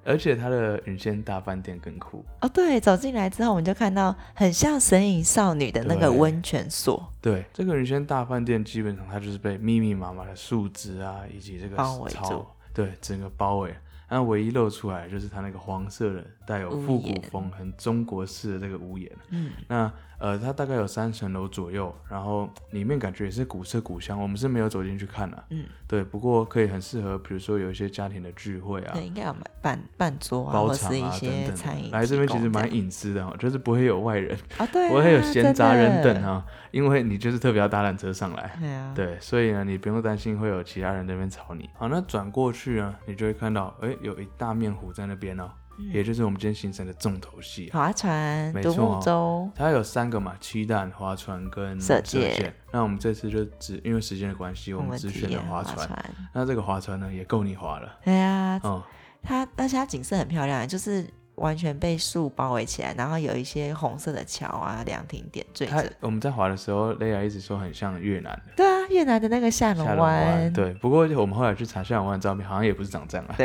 [SPEAKER 2] 而且它的云仙大饭店更酷，
[SPEAKER 1] 哦，对，走进来之后，我们就看到很像《神隐少女》的那个
[SPEAKER 2] 对
[SPEAKER 1] 温泉所，
[SPEAKER 2] 对，这个云仙大饭店基本上它就是被密密麻麻的树枝啊，以及这个
[SPEAKER 1] 包围
[SPEAKER 2] 草
[SPEAKER 1] 住
[SPEAKER 2] 对，整个包围。那唯一露出来就是它那个黄色的、带有
[SPEAKER 1] 屋
[SPEAKER 2] 复古
[SPEAKER 1] 檐
[SPEAKER 2] 风、很中国式的这个屋檐。嗯，那呃，它大概有三层楼左右，然后里面感觉也是古色古香。我们是没有走进去看了、嗯，对，不过可以很适合，比如说有一些家庭的聚会啊，
[SPEAKER 1] 对，应该有办办桌啊，
[SPEAKER 2] 包
[SPEAKER 1] 或
[SPEAKER 2] 场
[SPEAKER 1] 是一
[SPEAKER 2] 啊
[SPEAKER 1] 些
[SPEAKER 2] 等
[SPEAKER 1] 餐
[SPEAKER 2] 等
[SPEAKER 1] 饮
[SPEAKER 2] 的。来这边其
[SPEAKER 1] 提
[SPEAKER 2] 实
[SPEAKER 1] 供
[SPEAKER 2] 蛮
[SPEAKER 1] 样
[SPEAKER 2] 隐私的哦，就是不会有外人，
[SPEAKER 1] 啊，对啊，
[SPEAKER 2] 不会有闲杂人
[SPEAKER 1] 真
[SPEAKER 2] 等
[SPEAKER 1] 的，
[SPEAKER 2] 啊，因为你就是特别要搭缆车上来。
[SPEAKER 1] 对啊，
[SPEAKER 2] 对，所以呢，你不用担心会有其他人在那边吵你。好，那转过去啊，你就会看到，哎，有一大面湖在那边哦，
[SPEAKER 1] 嗯
[SPEAKER 2] 也就是我们今天行程的重头戏、啊。
[SPEAKER 1] 划船、
[SPEAKER 2] 没
[SPEAKER 1] 独
[SPEAKER 2] 错
[SPEAKER 1] 木舟，
[SPEAKER 2] 它有三个嘛，七弹、划船跟
[SPEAKER 1] 射箭
[SPEAKER 2] 那我们这次就只因为时间的关系，我
[SPEAKER 1] 我
[SPEAKER 2] 们
[SPEAKER 1] 们
[SPEAKER 2] 只
[SPEAKER 1] 体
[SPEAKER 2] 选了
[SPEAKER 1] 验
[SPEAKER 2] 划
[SPEAKER 1] 划
[SPEAKER 2] 船。。那这个划船呢，也够你划了。
[SPEAKER 1] 对啊，
[SPEAKER 2] 嗯，
[SPEAKER 1] 它而且它景色很漂亮，就是完全被树包围起来，然后有一些红色的桥啊、凉亭点缀
[SPEAKER 2] 它
[SPEAKER 1] 着。
[SPEAKER 2] 我们在划的时候，雷亚一直说很像越南的
[SPEAKER 1] 对啊，越南的那个下龙
[SPEAKER 2] 下龙
[SPEAKER 1] 湾，
[SPEAKER 2] 湾。对，不过我们后来去查下龙湾的照片，好像也不是长这样啊。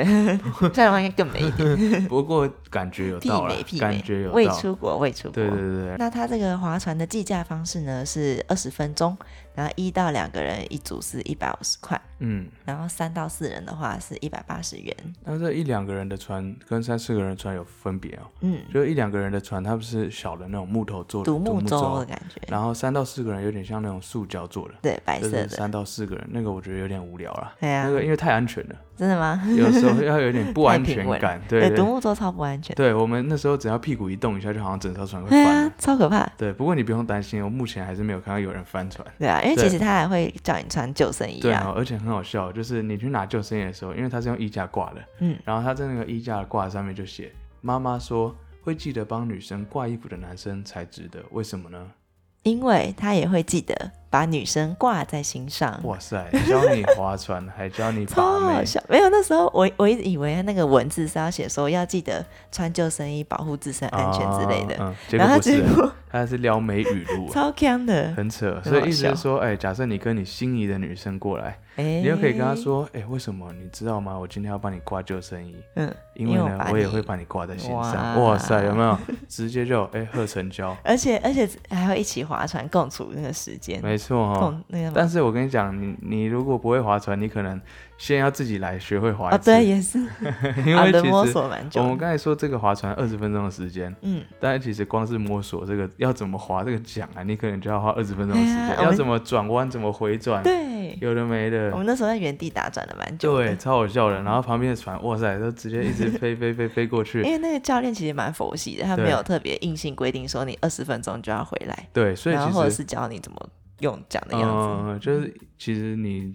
[SPEAKER 1] 下龙湾应该更美一点，
[SPEAKER 2] 不过感觉有 到
[SPEAKER 1] 媲
[SPEAKER 2] 了
[SPEAKER 1] 美，媲
[SPEAKER 2] 感觉
[SPEAKER 1] 美，
[SPEAKER 2] 有
[SPEAKER 1] 未
[SPEAKER 2] 到。
[SPEAKER 1] 出国，未出国。
[SPEAKER 2] 对对对对，
[SPEAKER 1] 那它这个划船的计价方式呢是二十分钟，然后一到两个人一组是一百五十块，
[SPEAKER 2] 嗯。
[SPEAKER 1] 然后三到四人的话是一百八十元。
[SPEAKER 2] 那这一两个人的船跟三四个人的船有分别哦。
[SPEAKER 1] 嗯，
[SPEAKER 2] 就一两个人的船，它不是小的那种木头做的
[SPEAKER 1] 独木舟
[SPEAKER 2] 舟啊
[SPEAKER 1] 的，感觉，
[SPEAKER 2] 然后三到四个人有点像那种塑胶做的，
[SPEAKER 1] 对，白
[SPEAKER 2] 就
[SPEAKER 1] 色
[SPEAKER 2] 是
[SPEAKER 1] 的，
[SPEAKER 2] 三到四个人那个我觉得有点无聊啦。
[SPEAKER 1] 对啊
[SPEAKER 2] 那，个因为太安全了，
[SPEAKER 1] 真的吗？
[SPEAKER 2] 有时候要有点不
[SPEAKER 1] 太
[SPEAKER 2] 安
[SPEAKER 1] 平
[SPEAKER 2] 全
[SPEAKER 1] 稳了
[SPEAKER 2] 感。对
[SPEAKER 1] 独
[SPEAKER 2] 对，
[SPEAKER 1] 木舟超不安全，
[SPEAKER 2] 对我们那时候只要屁股一动一下，就好像整艘船会
[SPEAKER 1] 对
[SPEAKER 2] 翻
[SPEAKER 1] 啊
[SPEAKER 2] 了。，
[SPEAKER 1] 超可怕。
[SPEAKER 2] 对，不过你不用担心，我目前还是没有看到有人翻船。
[SPEAKER 1] 对啊，因为
[SPEAKER 2] 对
[SPEAKER 1] 其实他还会叫你穿救生衣
[SPEAKER 2] 对
[SPEAKER 1] 啊，
[SPEAKER 2] 哦，而且很好笑，就是你去拿救生衣的时候，因为它是用衣架挂的，
[SPEAKER 1] 嗯，
[SPEAKER 2] 然后它在那个衣架挂上面就写：“妈妈说会记得帮女生挂衣服的男生才值得，为什么呢
[SPEAKER 1] 因为他也会记得把女生挂在心？”上。
[SPEAKER 2] 哇欸塞，教你划船，还教你
[SPEAKER 1] 嗯超
[SPEAKER 2] 把
[SPEAKER 1] 好
[SPEAKER 2] 妹，
[SPEAKER 1] 笑！没有那时候我我一直以为他那个文字是要写说要记得穿救生衣保护自身安全之类的，
[SPEAKER 2] 啊嗯，结
[SPEAKER 1] 然
[SPEAKER 2] 果
[SPEAKER 1] 后
[SPEAKER 2] 不是
[SPEAKER 1] 结，果。
[SPEAKER 2] 他是撩妹语 录
[SPEAKER 1] 超强的，
[SPEAKER 2] 很扯，
[SPEAKER 1] 很
[SPEAKER 2] 所以
[SPEAKER 1] 好
[SPEAKER 2] 意思
[SPEAKER 1] 笑
[SPEAKER 2] 是说，哎、假设你跟你心仪的女生过来，
[SPEAKER 1] 哎、
[SPEAKER 2] 你就可以跟她，说，哎、为什么？你知道吗？我今天要帮你挂救生衣，
[SPEAKER 1] 嗯，
[SPEAKER 2] 因为
[SPEAKER 1] 我
[SPEAKER 2] 呢，
[SPEAKER 1] 把
[SPEAKER 2] 我也
[SPEAKER 1] 你
[SPEAKER 2] 会把你挂在心
[SPEAKER 1] 哇
[SPEAKER 2] 上。哇塞，有没有？直接就哎，贺成交，
[SPEAKER 1] 而且而且还会一起划船共处那个时间，
[SPEAKER 2] 没错哦。
[SPEAKER 1] 共那个
[SPEAKER 2] 但是我跟你讲，你你如果不会划船，你可能先要自己来学会划
[SPEAKER 1] 啊、
[SPEAKER 2] 一
[SPEAKER 1] 哦，
[SPEAKER 2] 次，
[SPEAKER 1] 对，也是，
[SPEAKER 2] 因
[SPEAKER 1] 啊
[SPEAKER 2] 为
[SPEAKER 1] 对
[SPEAKER 2] 其
[SPEAKER 1] 摸
[SPEAKER 2] 实
[SPEAKER 1] 索蛮久
[SPEAKER 2] 我
[SPEAKER 1] 的，
[SPEAKER 2] 们刚才说这个划船二十分钟的时间，
[SPEAKER 1] 嗯，
[SPEAKER 2] 但是其实光是摸索这个要怎么划这个桨啊，你可能就要花二十分钟的时
[SPEAKER 1] 哎呀
[SPEAKER 2] 间，
[SPEAKER 1] 我
[SPEAKER 2] 要
[SPEAKER 1] 们
[SPEAKER 2] 怎么转弯，怎么回转，
[SPEAKER 1] 对，哦
[SPEAKER 2] 有的没的
[SPEAKER 1] 我。们那时候在原地打转了蛮久的
[SPEAKER 2] 对，，超好笑的。然后旁边的船，哇塞，都直接一直飞飞飞飞过去
[SPEAKER 1] 因。为那个教练其实蛮佛系的，他
[SPEAKER 2] 对
[SPEAKER 1] 没有特别硬性规定说你二十分钟就要回来，
[SPEAKER 2] 对，所以
[SPEAKER 1] 然
[SPEAKER 2] 其
[SPEAKER 1] 后或
[SPEAKER 2] 实
[SPEAKER 1] 者是教你怎么用讲的样子。
[SPEAKER 2] 嗯，就是其实你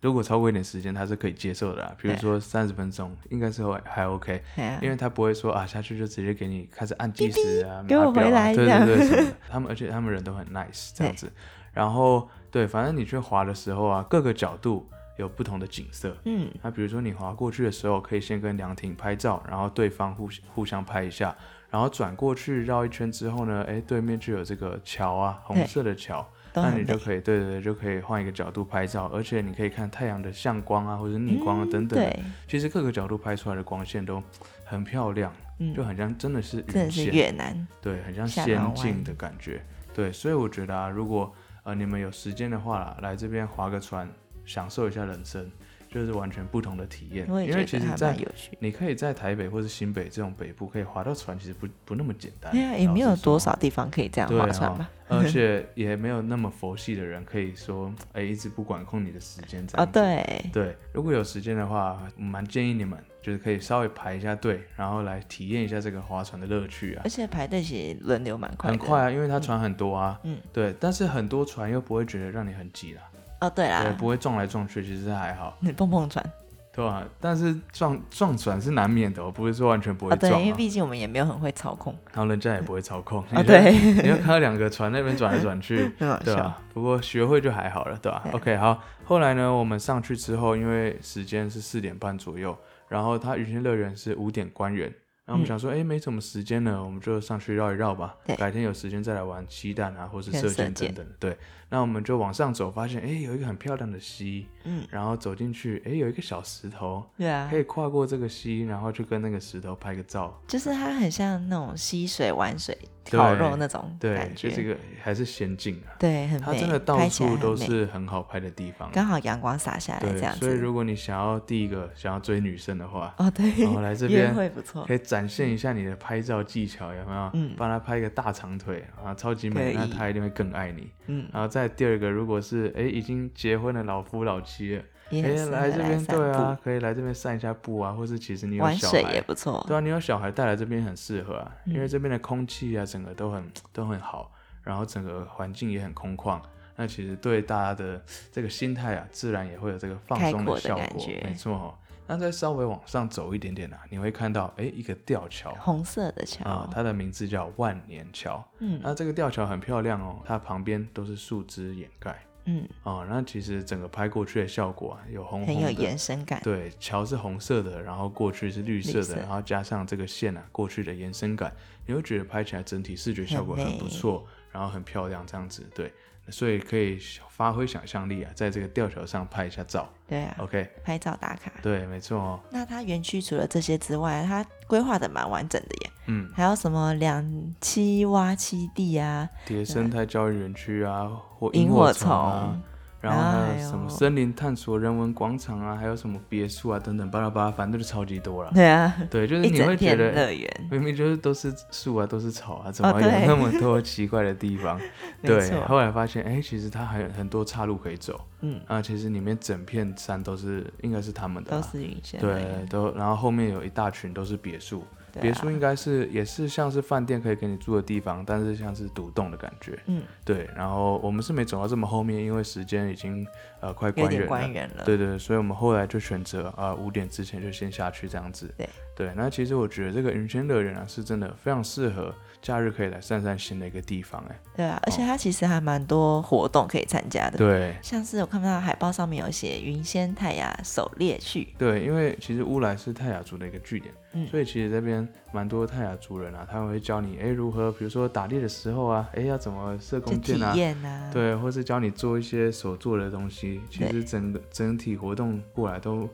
[SPEAKER 2] 如果超过一点时间，他是可以接受的啦。比如
[SPEAKER 1] 对啊
[SPEAKER 2] 说三十分钟，应该是会还 OK，
[SPEAKER 1] 哎呀、
[SPEAKER 2] 因为他不会说啊下去就直接给你开始按计时啊，
[SPEAKER 1] 给我
[SPEAKER 2] 秒表啊
[SPEAKER 1] 回来
[SPEAKER 2] 对
[SPEAKER 1] 这样
[SPEAKER 2] 对对，什么的他们而且他们人都很 nice 这样子。然后对，反正你去滑的时候啊，各个角度有不同的景色。
[SPEAKER 1] 嗯，
[SPEAKER 2] 那比如说你滑过去的时候，可以先跟凉亭拍照，然后对方互互相拍一下，然后转过去绕一圈之后呢，哎，对面就有这个桥啊，红
[SPEAKER 1] 对
[SPEAKER 2] 色的桥。
[SPEAKER 1] 都
[SPEAKER 2] 那
[SPEAKER 1] 很
[SPEAKER 2] 你就
[SPEAKER 1] 美。
[SPEAKER 2] 可以，对对对，就可以换一个角度拍照，而且你可以看太阳的向光啊，或者是逆光啊、等等。
[SPEAKER 1] 嗯对，
[SPEAKER 2] 其实各个角度拍出来的光线都很漂亮，
[SPEAKER 1] 嗯
[SPEAKER 2] 就很像真的是
[SPEAKER 1] 真
[SPEAKER 2] 云
[SPEAKER 1] 的是
[SPEAKER 2] 线，
[SPEAKER 1] 越南，
[SPEAKER 2] 对，很像
[SPEAKER 1] 下
[SPEAKER 2] 仙
[SPEAKER 1] 港
[SPEAKER 2] 境
[SPEAKER 1] 湾
[SPEAKER 2] 的感觉。对，所以我觉得啊，如果呃你们有时间的话啦，来这边划个船，享受一下人生，就是完全不同的体验。
[SPEAKER 1] 我也
[SPEAKER 2] 因
[SPEAKER 1] 觉
[SPEAKER 2] 为其
[SPEAKER 1] 得
[SPEAKER 2] 实
[SPEAKER 1] 还
[SPEAKER 2] 在
[SPEAKER 1] 蛮有趣。
[SPEAKER 2] 你可以在台北或是新北这种北部可以划到船，其实不不那么简单。
[SPEAKER 1] 对啊，也
[SPEAKER 2] 老
[SPEAKER 1] 没
[SPEAKER 2] 实
[SPEAKER 1] 有
[SPEAKER 2] 说
[SPEAKER 1] 多少地方可以这样
[SPEAKER 2] 对啊
[SPEAKER 1] 划
[SPEAKER 2] 哈，
[SPEAKER 1] 船吧？
[SPEAKER 2] 而且也没有那么佛系的人可以说，哎、一直不管控你的时间这
[SPEAKER 1] 哦，
[SPEAKER 2] 样子。
[SPEAKER 1] 对，
[SPEAKER 2] 对，如果有时间的话，我蛮建议你们就是可以稍微排一下队，然后来体验一下这个划船的乐趣啊
[SPEAKER 1] 而。且排队其实轮流蛮快
[SPEAKER 2] 很
[SPEAKER 1] 的，
[SPEAKER 2] 快啊，因为它船很多啊，
[SPEAKER 1] 嗯，
[SPEAKER 2] 对，但是很多船又不会觉得让你很挤啦，
[SPEAKER 1] 哦，对
[SPEAKER 2] 对，
[SPEAKER 1] 啦，
[SPEAKER 2] 不会撞来撞去，其实还好，
[SPEAKER 1] 你蹦蹦船
[SPEAKER 2] 对吧、但是撞撞船是难免的哦，不是说完全不
[SPEAKER 1] 哦，
[SPEAKER 2] 会
[SPEAKER 1] 对
[SPEAKER 2] 撞、，
[SPEAKER 1] 因为
[SPEAKER 2] 啊，
[SPEAKER 1] 毕竟我们也没有很会操 控，
[SPEAKER 2] 然后人家也不会操控。
[SPEAKER 1] 哦，
[SPEAKER 2] 你就，
[SPEAKER 1] 对，，
[SPEAKER 2] 你就看到两个船那边转来转去
[SPEAKER 1] 很好
[SPEAKER 2] 对
[SPEAKER 1] 笑。
[SPEAKER 2] 啊，不过学会就还好了，对吧、
[SPEAKER 1] 对
[SPEAKER 2] o k 好。后来呢，我们上去之后，因为时间是四点半左右，然后它云仙乐园是五点关园，然后我们想说，哎、没什么时间了，我们就上去绕一绕吧
[SPEAKER 1] 嗯对。
[SPEAKER 2] 改天有时间再来玩鸡蛋啊，或是
[SPEAKER 1] 跟
[SPEAKER 2] 射
[SPEAKER 1] 射
[SPEAKER 2] 箭
[SPEAKER 1] 箭
[SPEAKER 2] 等等的。对，那我们就往上走，发现哎、诶有一个很漂亮的溪，
[SPEAKER 1] 嗯，
[SPEAKER 2] 然后走进去，哎、有一个小石头。
[SPEAKER 1] 对啊
[SPEAKER 2] 可，以跨过这个溪，然后去跟那个石头拍个照，
[SPEAKER 1] 就是它很像那种溪水玩水、
[SPEAKER 2] 对
[SPEAKER 1] 烤肉那种
[SPEAKER 2] 对
[SPEAKER 1] 感，
[SPEAKER 2] 就
[SPEAKER 1] 觉，
[SPEAKER 2] 这个还是仙境啊，
[SPEAKER 1] 对，很
[SPEAKER 2] 它
[SPEAKER 1] 美，
[SPEAKER 2] 真的到
[SPEAKER 1] 拍起来
[SPEAKER 2] 处
[SPEAKER 1] 很
[SPEAKER 2] 都
[SPEAKER 1] 美，
[SPEAKER 2] 是很好拍的地方。
[SPEAKER 1] 刚好阳光洒下来
[SPEAKER 2] 对，
[SPEAKER 1] 这样
[SPEAKER 2] 所以
[SPEAKER 1] 子。
[SPEAKER 2] 如果你想要第一个想要追女生的话，
[SPEAKER 1] 哦，对，
[SPEAKER 2] 然后来这
[SPEAKER 1] 约
[SPEAKER 2] 边
[SPEAKER 1] 会不错
[SPEAKER 2] 可，以展现一下你的拍照技巧，有没有？
[SPEAKER 1] 哦嗯
[SPEAKER 2] 帮她拍一个大长腿啊，超级美，
[SPEAKER 1] 可
[SPEAKER 2] 那
[SPEAKER 1] 以
[SPEAKER 2] 她一定会更爱你。
[SPEAKER 1] 嗯，
[SPEAKER 2] 然后再第二个，如果是哎已经结婚的老夫老妻了，
[SPEAKER 1] 也很
[SPEAKER 2] 哎
[SPEAKER 1] 适合
[SPEAKER 2] 来这边
[SPEAKER 1] 散
[SPEAKER 2] 对啊
[SPEAKER 1] 步，，
[SPEAKER 2] 可以来这边散一下步啊，或是其实你有
[SPEAKER 1] 玩
[SPEAKER 2] 小
[SPEAKER 1] 水也
[SPEAKER 2] 孩，
[SPEAKER 1] 不错。
[SPEAKER 2] 对啊，你有小孩带来这边很适合啊，因为
[SPEAKER 1] 哦嗯
[SPEAKER 2] 这边的空气啊，整个都很都很好，然后整个环境也很空旷。那其实对大家的这个心态啊，自然也会有这个放松
[SPEAKER 1] 开阔的
[SPEAKER 2] 效
[SPEAKER 1] 感
[SPEAKER 2] 果，
[SPEAKER 1] 觉
[SPEAKER 2] 没错、哦。那再稍微往上走一点点啊，你会看到哎一个吊桥
[SPEAKER 1] 红色的桥，
[SPEAKER 2] 啊，它的名字叫万年桥。
[SPEAKER 1] 嗯
[SPEAKER 2] 那这个吊桥很漂亮哦，它旁边都是树枝掩盖
[SPEAKER 1] 嗯，
[SPEAKER 2] 啊，那其实整个拍过去的效果啊，有红
[SPEAKER 1] 很
[SPEAKER 2] 红
[SPEAKER 1] 有
[SPEAKER 2] 的，
[SPEAKER 1] 延伸感。
[SPEAKER 2] 对，桥是红色的，然后过去是绿色的，
[SPEAKER 1] 绿色
[SPEAKER 2] 然后加上这个线啊，过去的延伸感，你会觉得拍起来整体视觉效果
[SPEAKER 1] 很
[SPEAKER 2] 很
[SPEAKER 1] 美
[SPEAKER 2] 不错，然后很漂亮，这样子对，所以可以发挥想象力啊，在这个吊桥上拍一下照。
[SPEAKER 1] 对啊，
[SPEAKER 2] OK，
[SPEAKER 1] 拍照打卡。
[SPEAKER 2] 对，没错哦，
[SPEAKER 1] 那它园区除了这些之外，它规划的蛮完整的耶，
[SPEAKER 2] 嗯，
[SPEAKER 1] 还有什么两栖蛙栖地啊，
[SPEAKER 2] 叠生态教育园区啊，或
[SPEAKER 1] 萤
[SPEAKER 2] 萤
[SPEAKER 1] 火
[SPEAKER 2] 火虫啊
[SPEAKER 1] 虫。
[SPEAKER 2] 然后还
[SPEAKER 1] 哎
[SPEAKER 2] 有
[SPEAKER 1] 呦
[SPEAKER 2] 什么森林探索、人文广场啊，还有什么别墅啊等等，巴拉巴拉，反正就是超级 多了。
[SPEAKER 1] 对啊，
[SPEAKER 2] 对，就是
[SPEAKER 1] 一
[SPEAKER 2] 你会
[SPEAKER 1] 整
[SPEAKER 2] 觉
[SPEAKER 1] 片
[SPEAKER 2] 得
[SPEAKER 1] 乐园，
[SPEAKER 2] 明明就是都是树啊，都是草啊，怎么有
[SPEAKER 1] 哦对
[SPEAKER 2] 那么多奇怪的地 方？
[SPEAKER 1] 没
[SPEAKER 2] 对，
[SPEAKER 1] 错
[SPEAKER 2] 后来发现，哎、其实它还有很多岔路可以走。
[SPEAKER 1] 嗯，
[SPEAKER 2] 啊，其实里面整片山都是，应该是他们的
[SPEAKER 1] 都
[SPEAKER 2] 啦，
[SPEAKER 1] 是云仙乐园。
[SPEAKER 2] 啊对，都，然后后面有一大群都是别墅，
[SPEAKER 1] 对啊
[SPEAKER 2] 别墅应该是也是像是饭店可以给你住的地方，但是像是独栋的感觉。
[SPEAKER 1] 嗯，
[SPEAKER 2] 对，然后我们是没走到这么后面，因为时间已经呃快
[SPEAKER 1] 有
[SPEAKER 2] 关园
[SPEAKER 1] 点
[SPEAKER 2] 了。
[SPEAKER 1] 官员了。
[SPEAKER 2] 对对，对所以我们后来就选择啊五点之前就先下去这样子。
[SPEAKER 1] 对
[SPEAKER 2] 那其实我觉得这个云仙乐园啊是真的非常适合假日可以来散散心的一个地方哎、
[SPEAKER 1] 对啊，而且它其实还蛮多活动可以参加的。
[SPEAKER 2] 对
[SPEAKER 1] 像是我看到海报上面有写云仙泰雅狩猎去，
[SPEAKER 2] 对，因为其实乌来是泰雅族的一个据点，
[SPEAKER 1] 嗯
[SPEAKER 2] 所以其实这边蛮多泰雅族人啊，他们会教你哎如何，比如说打猎的时候啊，哎要怎么射
[SPEAKER 1] 就
[SPEAKER 2] 弓
[SPEAKER 1] 体
[SPEAKER 2] 箭啊。
[SPEAKER 1] 验啊，
[SPEAKER 2] 对，或是教你做一些手做的东西，其
[SPEAKER 1] 对
[SPEAKER 2] 实整个整体活动过来都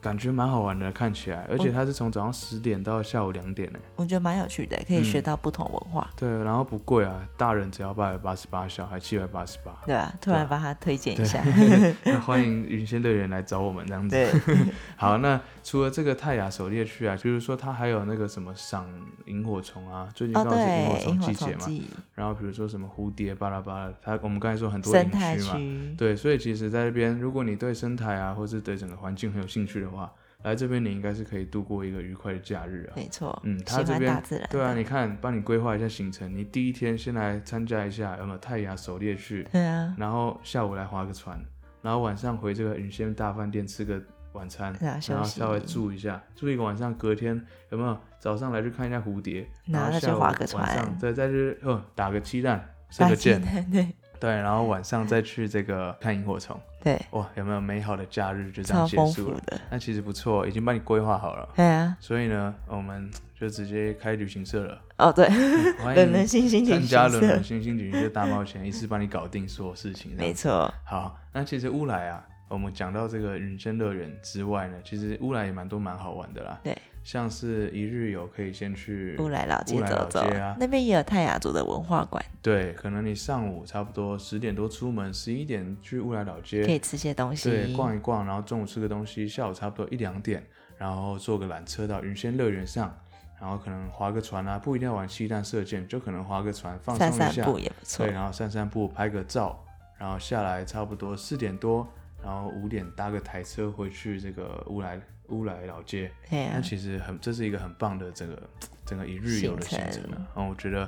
[SPEAKER 2] 感觉蛮好玩的，看起来，而
[SPEAKER 1] 哦
[SPEAKER 2] 且它是从早上十点到下午两点欸呢、
[SPEAKER 1] 我觉得蛮有趣的，可以
[SPEAKER 2] 嗯
[SPEAKER 1] 学到不同文化。
[SPEAKER 2] 对，然后不贵啊，大人只要八百八十八，小孩七百八十 八。
[SPEAKER 1] 对啊，突然帮他推荐一
[SPEAKER 2] 对
[SPEAKER 1] 下。
[SPEAKER 2] 那欢迎云仙乐园来找我们这样子。
[SPEAKER 1] 对，
[SPEAKER 2] 好，那除了这个泰雅狩猎区啊，比如说它还有那个什么赏萤火虫啊，最近
[SPEAKER 1] 哦
[SPEAKER 2] 刚好是萤火
[SPEAKER 1] 对，
[SPEAKER 2] 虫
[SPEAKER 1] 萤
[SPEAKER 2] 季
[SPEAKER 1] 火
[SPEAKER 2] 节
[SPEAKER 1] 虫
[SPEAKER 2] 嘛。
[SPEAKER 1] 季
[SPEAKER 2] 然后比如说什么蝴蝶巴拉巴拉，它我们刚才说很多
[SPEAKER 1] 生
[SPEAKER 2] 营
[SPEAKER 1] 态
[SPEAKER 2] 区嘛。
[SPEAKER 1] 区，
[SPEAKER 2] 对，所以其实在这边，如果你对生态啊，或是对整个环境很有兴趣的话，来这边你应该是可以度过一个愉快的假日啊。
[SPEAKER 1] 没错，
[SPEAKER 2] 嗯
[SPEAKER 1] 喜
[SPEAKER 2] 它这
[SPEAKER 1] 欢
[SPEAKER 2] 边
[SPEAKER 1] 大自然，
[SPEAKER 2] 对啊，，你看，帮你规划一下行程，你第一天先来参加一下有没有泰雅狩猎去，
[SPEAKER 1] 对啊，
[SPEAKER 2] 然后下午来划个船，然后晚上回这个云仙大饭店吃个晚餐，
[SPEAKER 1] 对啊
[SPEAKER 2] 然
[SPEAKER 1] 休
[SPEAKER 2] 后
[SPEAKER 1] 息
[SPEAKER 2] 稍微住一下，住一个晚上，隔天有没有早上来去看一下蝴蝶，然
[SPEAKER 1] 然
[SPEAKER 2] 后
[SPEAKER 1] 后再
[SPEAKER 2] 下
[SPEAKER 1] 去
[SPEAKER 2] 午
[SPEAKER 1] 划个
[SPEAKER 2] 晚上
[SPEAKER 1] 船
[SPEAKER 2] 再再去哦打个鸡蛋，射
[SPEAKER 1] 发
[SPEAKER 2] 个
[SPEAKER 1] 现
[SPEAKER 2] 箭，
[SPEAKER 1] 对
[SPEAKER 2] 对，然后晚上再去这个看萤火虫，
[SPEAKER 1] 对，
[SPEAKER 2] 哇，有没有美好的假日就这样
[SPEAKER 1] 超
[SPEAKER 2] 结
[SPEAKER 1] 丰
[SPEAKER 2] 束
[SPEAKER 1] 富
[SPEAKER 2] 了？
[SPEAKER 1] 的，
[SPEAKER 2] 那其实不错，已经帮你规划好了。
[SPEAKER 1] 对啊，
[SPEAKER 2] 所以呢，我们就直接开旅行社了。
[SPEAKER 1] 哦对，
[SPEAKER 2] 欢
[SPEAKER 1] 冷 人
[SPEAKER 2] 迎
[SPEAKER 1] 星星旅
[SPEAKER 2] 参
[SPEAKER 1] 行
[SPEAKER 2] 加伦
[SPEAKER 1] 社
[SPEAKER 2] 伦，星星旅行社大冒险，一次帮你搞定所有事情。
[SPEAKER 1] 没。错，
[SPEAKER 2] 好，那其实乌来啊，我们讲到这个云仙乐园之外呢，其实乌来也蛮多蛮好玩的啦。
[SPEAKER 1] 对，
[SPEAKER 2] 像是一日游可以先去
[SPEAKER 1] 乌来老街
[SPEAKER 2] 乌来
[SPEAKER 1] 走
[SPEAKER 2] 老
[SPEAKER 1] 走
[SPEAKER 2] 街啊，
[SPEAKER 1] 那边也有泰雅族的文化馆，
[SPEAKER 2] 对，可能你上午差不多十点多出门，十一点去乌来老街，
[SPEAKER 1] 可以吃些东西，
[SPEAKER 2] 对，逛一逛，然后中午吃个东西，下午差不多一两点，然后坐个缆车到云仙乐园上，然后可能划个船啊，不一定要玩气弹射箭，就可能划个船放松
[SPEAKER 1] 散
[SPEAKER 2] 一下，
[SPEAKER 1] 散步也不错
[SPEAKER 2] 对，，然后散散步，拍个照，然后下来差不多四点多，然后五点搭个台车回去这个乌来乌来老街，
[SPEAKER 1] 对
[SPEAKER 2] 那
[SPEAKER 1] 啊，
[SPEAKER 2] 其实很这是一个很棒的整个整个一日游的行程
[SPEAKER 1] 行
[SPEAKER 2] 啊，然后我觉得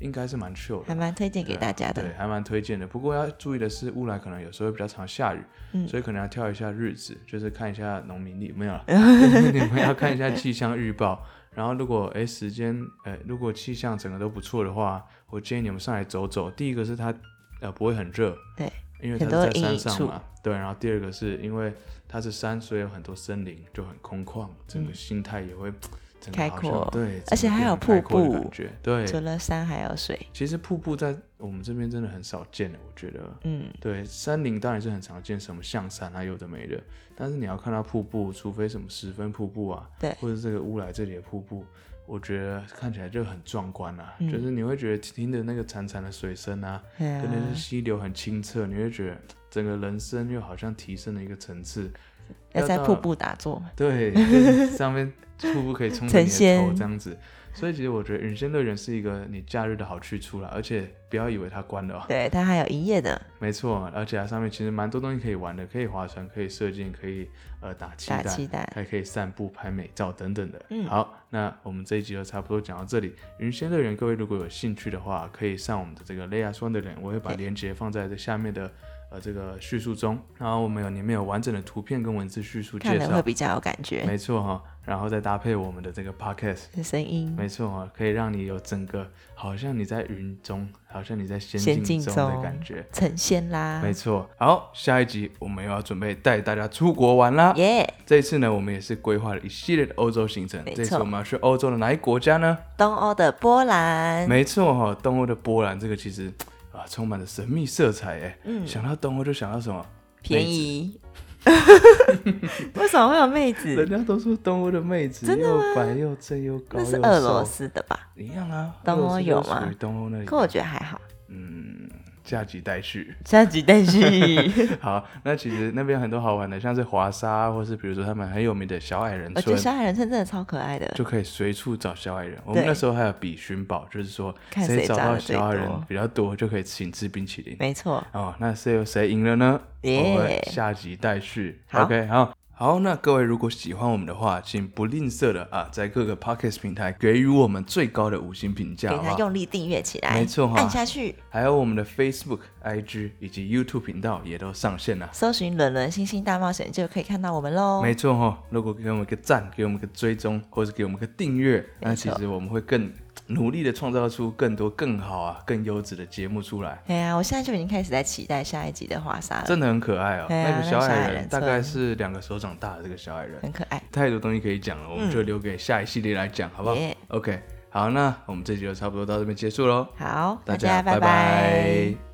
[SPEAKER 2] 应该是蛮 chill
[SPEAKER 1] 还
[SPEAKER 2] 的。
[SPEAKER 1] 蛮推荐给大家
[SPEAKER 2] 对，啊
[SPEAKER 1] 的。
[SPEAKER 2] 还蛮推荐的。不过要注意的是，乌来可能有时候会比较常下雨，
[SPEAKER 1] 嗯
[SPEAKER 2] 所以可能要挑一下日子，就是看一下农民历 没有啦，你们要看一下气象预报。然后如果诶时间诶如果气象整个都不错的话，我建议你们上来走走。第一个是它呃不会很热，
[SPEAKER 1] 对，
[SPEAKER 2] 因为它
[SPEAKER 1] 很
[SPEAKER 2] 是
[SPEAKER 1] 多
[SPEAKER 2] 在
[SPEAKER 1] 阴
[SPEAKER 2] 山
[SPEAKER 1] 影
[SPEAKER 2] 上
[SPEAKER 1] 处
[SPEAKER 2] 嘛，对。然后第二个是因为它是山，所以有很多森林，就很空旷，整个心态也会。整个
[SPEAKER 1] 嗯开
[SPEAKER 2] 好像
[SPEAKER 1] 阔
[SPEAKER 2] 对，
[SPEAKER 1] 而且
[SPEAKER 2] 整个
[SPEAKER 1] 还
[SPEAKER 2] 变
[SPEAKER 1] 有
[SPEAKER 2] 得
[SPEAKER 1] 瀑
[SPEAKER 2] 开阔的
[SPEAKER 1] 布
[SPEAKER 2] 感觉，对，
[SPEAKER 1] 除了山还有水，
[SPEAKER 2] 其实瀑布在我们这边真的很少见的，我觉得。
[SPEAKER 1] 嗯，
[SPEAKER 2] 对，山林当然是很常见，什么象山啊，有的没的。但是你要看到瀑布，除非什么十分瀑布啊，
[SPEAKER 1] 对
[SPEAKER 2] 或者这个乌来这里的瀑布，我觉得看起来就很壮观啊。
[SPEAKER 1] 嗯
[SPEAKER 2] 就是你会觉得听着那个潺潺的水声啊，
[SPEAKER 1] 对啊
[SPEAKER 2] 跟，那些溪流很清澈，你会觉得整个人生又好像提升了一个层次。
[SPEAKER 1] 要在
[SPEAKER 2] 到
[SPEAKER 1] 瀑布打坐，
[SPEAKER 2] 对，就是上面瀑布可以冲着
[SPEAKER 1] 呈
[SPEAKER 2] 你的头
[SPEAKER 1] 现
[SPEAKER 2] 这样子，所以其实我觉得云仙乐园是一个你假日的好去处啦，而且不要以为它关了、哦，
[SPEAKER 1] 对，它还有营业的，
[SPEAKER 2] 没错，而且它啊上面其实蛮多东西可以玩的，可以划船，可以射箭，可以呃打气
[SPEAKER 1] 打
[SPEAKER 2] 弹，
[SPEAKER 1] 气弹
[SPEAKER 2] 还可以散步、拍美照等等的。
[SPEAKER 1] 嗯
[SPEAKER 2] 好，那我们这一集就差不多讲到这里。云仙乐园，各位如果有兴趣的话，可以上我们的这个 l a y a s w 的人，我会把
[SPEAKER 1] 对
[SPEAKER 2] 链接放在这下面的。呃，这个叙述中，然后我们有里面有完整的图片跟文字叙述
[SPEAKER 1] 看
[SPEAKER 2] 介
[SPEAKER 1] 了
[SPEAKER 2] 绍，
[SPEAKER 1] 会比较有感觉，
[SPEAKER 2] 没错哈、然后再搭配我们的这个 podcast，
[SPEAKER 1] 声音
[SPEAKER 2] 没错哈、可以让你有整个好像你在云中，好像你在仙
[SPEAKER 1] 仙
[SPEAKER 2] 境
[SPEAKER 1] 境
[SPEAKER 2] 中
[SPEAKER 1] 中
[SPEAKER 2] 的感觉。
[SPEAKER 1] 呈现啦，
[SPEAKER 2] 没错，好，下一集我们又要准备带大家出国玩啦。
[SPEAKER 1] 耶，
[SPEAKER 2] 这次呢，我们也是规划了一系列的欧洲行程。
[SPEAKER 1] 没错
[SPEAKER 2] 这次我们要去欧洲的哪一国家呢？
[SPEAKER 1] 东欧的波兰，
[SPEAKER 2] 没错哈、东欧的波兰，这个其实啊充满了神秘色彩哎。
[SPEAKER 1] 嗯
[SPEAKER 2] 想到东欧就想到什么？
[SPEAKER 1] 便宜， 为什么会有妹
[SPEAKER 2] 人
[SPEAKER 1] 子？
[SPEAKER 2] 家都说东欧的妹子又白又正又高
[SPEAKER 1] 那
[SPEAKER 2] 又
[SPEAKER 1] 是
[SPEAKER 2] 瘦，
[SPEAKER 1] 俄罗斯的吧？
[SPEAKER 2] 一样啊。
[SPEAKER 1] 东欧有吗
[SPEAKER 2] 俄罗斯就属于东欧那里。
[SPEAKER 1] 可我觉得还好，
[SPEAKER 2] 嗯，下集待 续。
[SPEAKER 1] 下集待 续。
[SPEAKER 2] 好，那其实那边很多好玩的，像是华沙，或是比如说他们很有名的小矮人
[SPEAKER 1] 我觉得
[SPEAKER 2] 村，
[SPEAKER 1] 小矮人村真的超可爱的，
[SPEAKER 2] 就可以随处找小矮人。我们那时候还有比寻宝，就是说
[SPEAKER 1] 看谁
[SPEAKER 2] 找
[SPEAKER 1] 抓
[SPEAKER 2] 到
[SPEAKER 1] 得最
[SPEAKER 2] 小矮人
[SPEAKER 1] 多
[SPEAKER 2] 比较多，就可以请吃冰淇淋。
[SPEAKER 1] 没错，
[SPEAKER 2] 哦，那是由谁赢了呢？
[SPEAKER 1] 耶
[SPEAKER 2] 我们下集待续。
[SPEAKER 1] 好
[SPEAKER 2] OK，好。好，那各位如果喜欢我们的话，请不吝啬的啊，在各个 Podcast 平台给予我们最高的五星评价，
[SPEAKER 1] 给
[SPEAKER 2] 好不
[SPEAKER 1] 他
[SPEAKER 2] 好？
[SPEAKER 1] 用力订阅起来，
[SPEAKER 2] 啊没错哈
[SPEAKER 1] 按下去，
[SPEAKER 2] 还有我们的 Facebook、IG 以及 YouTube 频道也都上线了。
[SPEAKER 1] 搜寻“伦伦星星大冒险”就可以看到我们喽。
[SPEAKER 2] 没错哈、哦，如果给我们一个赞，给我们一个追踪，或者给我们一个订阅，那
[SPEAKER 1] 没
[SPEAKER 2] 其
[SPEAKER 1] 错
[SPEAKER 2] 实我们会更努力的创造出更多更好啊、更优质的节目出来，
[SPEAKER 1] 对哎呀、我现在就已经开始在期待下一集的华沙了，
[SPEAKER 2] 真的很可爱哦。
[SPEAKER 1] 呃对啊
[SPEAKER 2] 那个
[SPEAKER 1] 那
[SPEAKER 2] 小
[SPEAKER 1] 个小
[SPEAKER 2] 矮
[SPEAKER 1] 矮
[SPEAKER 2] 人
[SPEAKER 1] 人
[SPEAKER 2] 大概是两个手掌大的这个小矮人，
[SPEAKER 1] 很可爱。
[SPEAKER 2] 太多东西可以讲了，我们就留给下一系列来讲，好不好
[SPEAKER 1] 嗯耶
[SPEAKER 2] ？OK，好，那我们这集就差不多到这边结束喽，
[SPEAKER 1] 好，大
[SPEAKER 2] 家
[SPEAKER 1] 家拜
[SPEAKER 2] 拜
[SPEAKER 1] 拜
[SPEAKER 2] 拜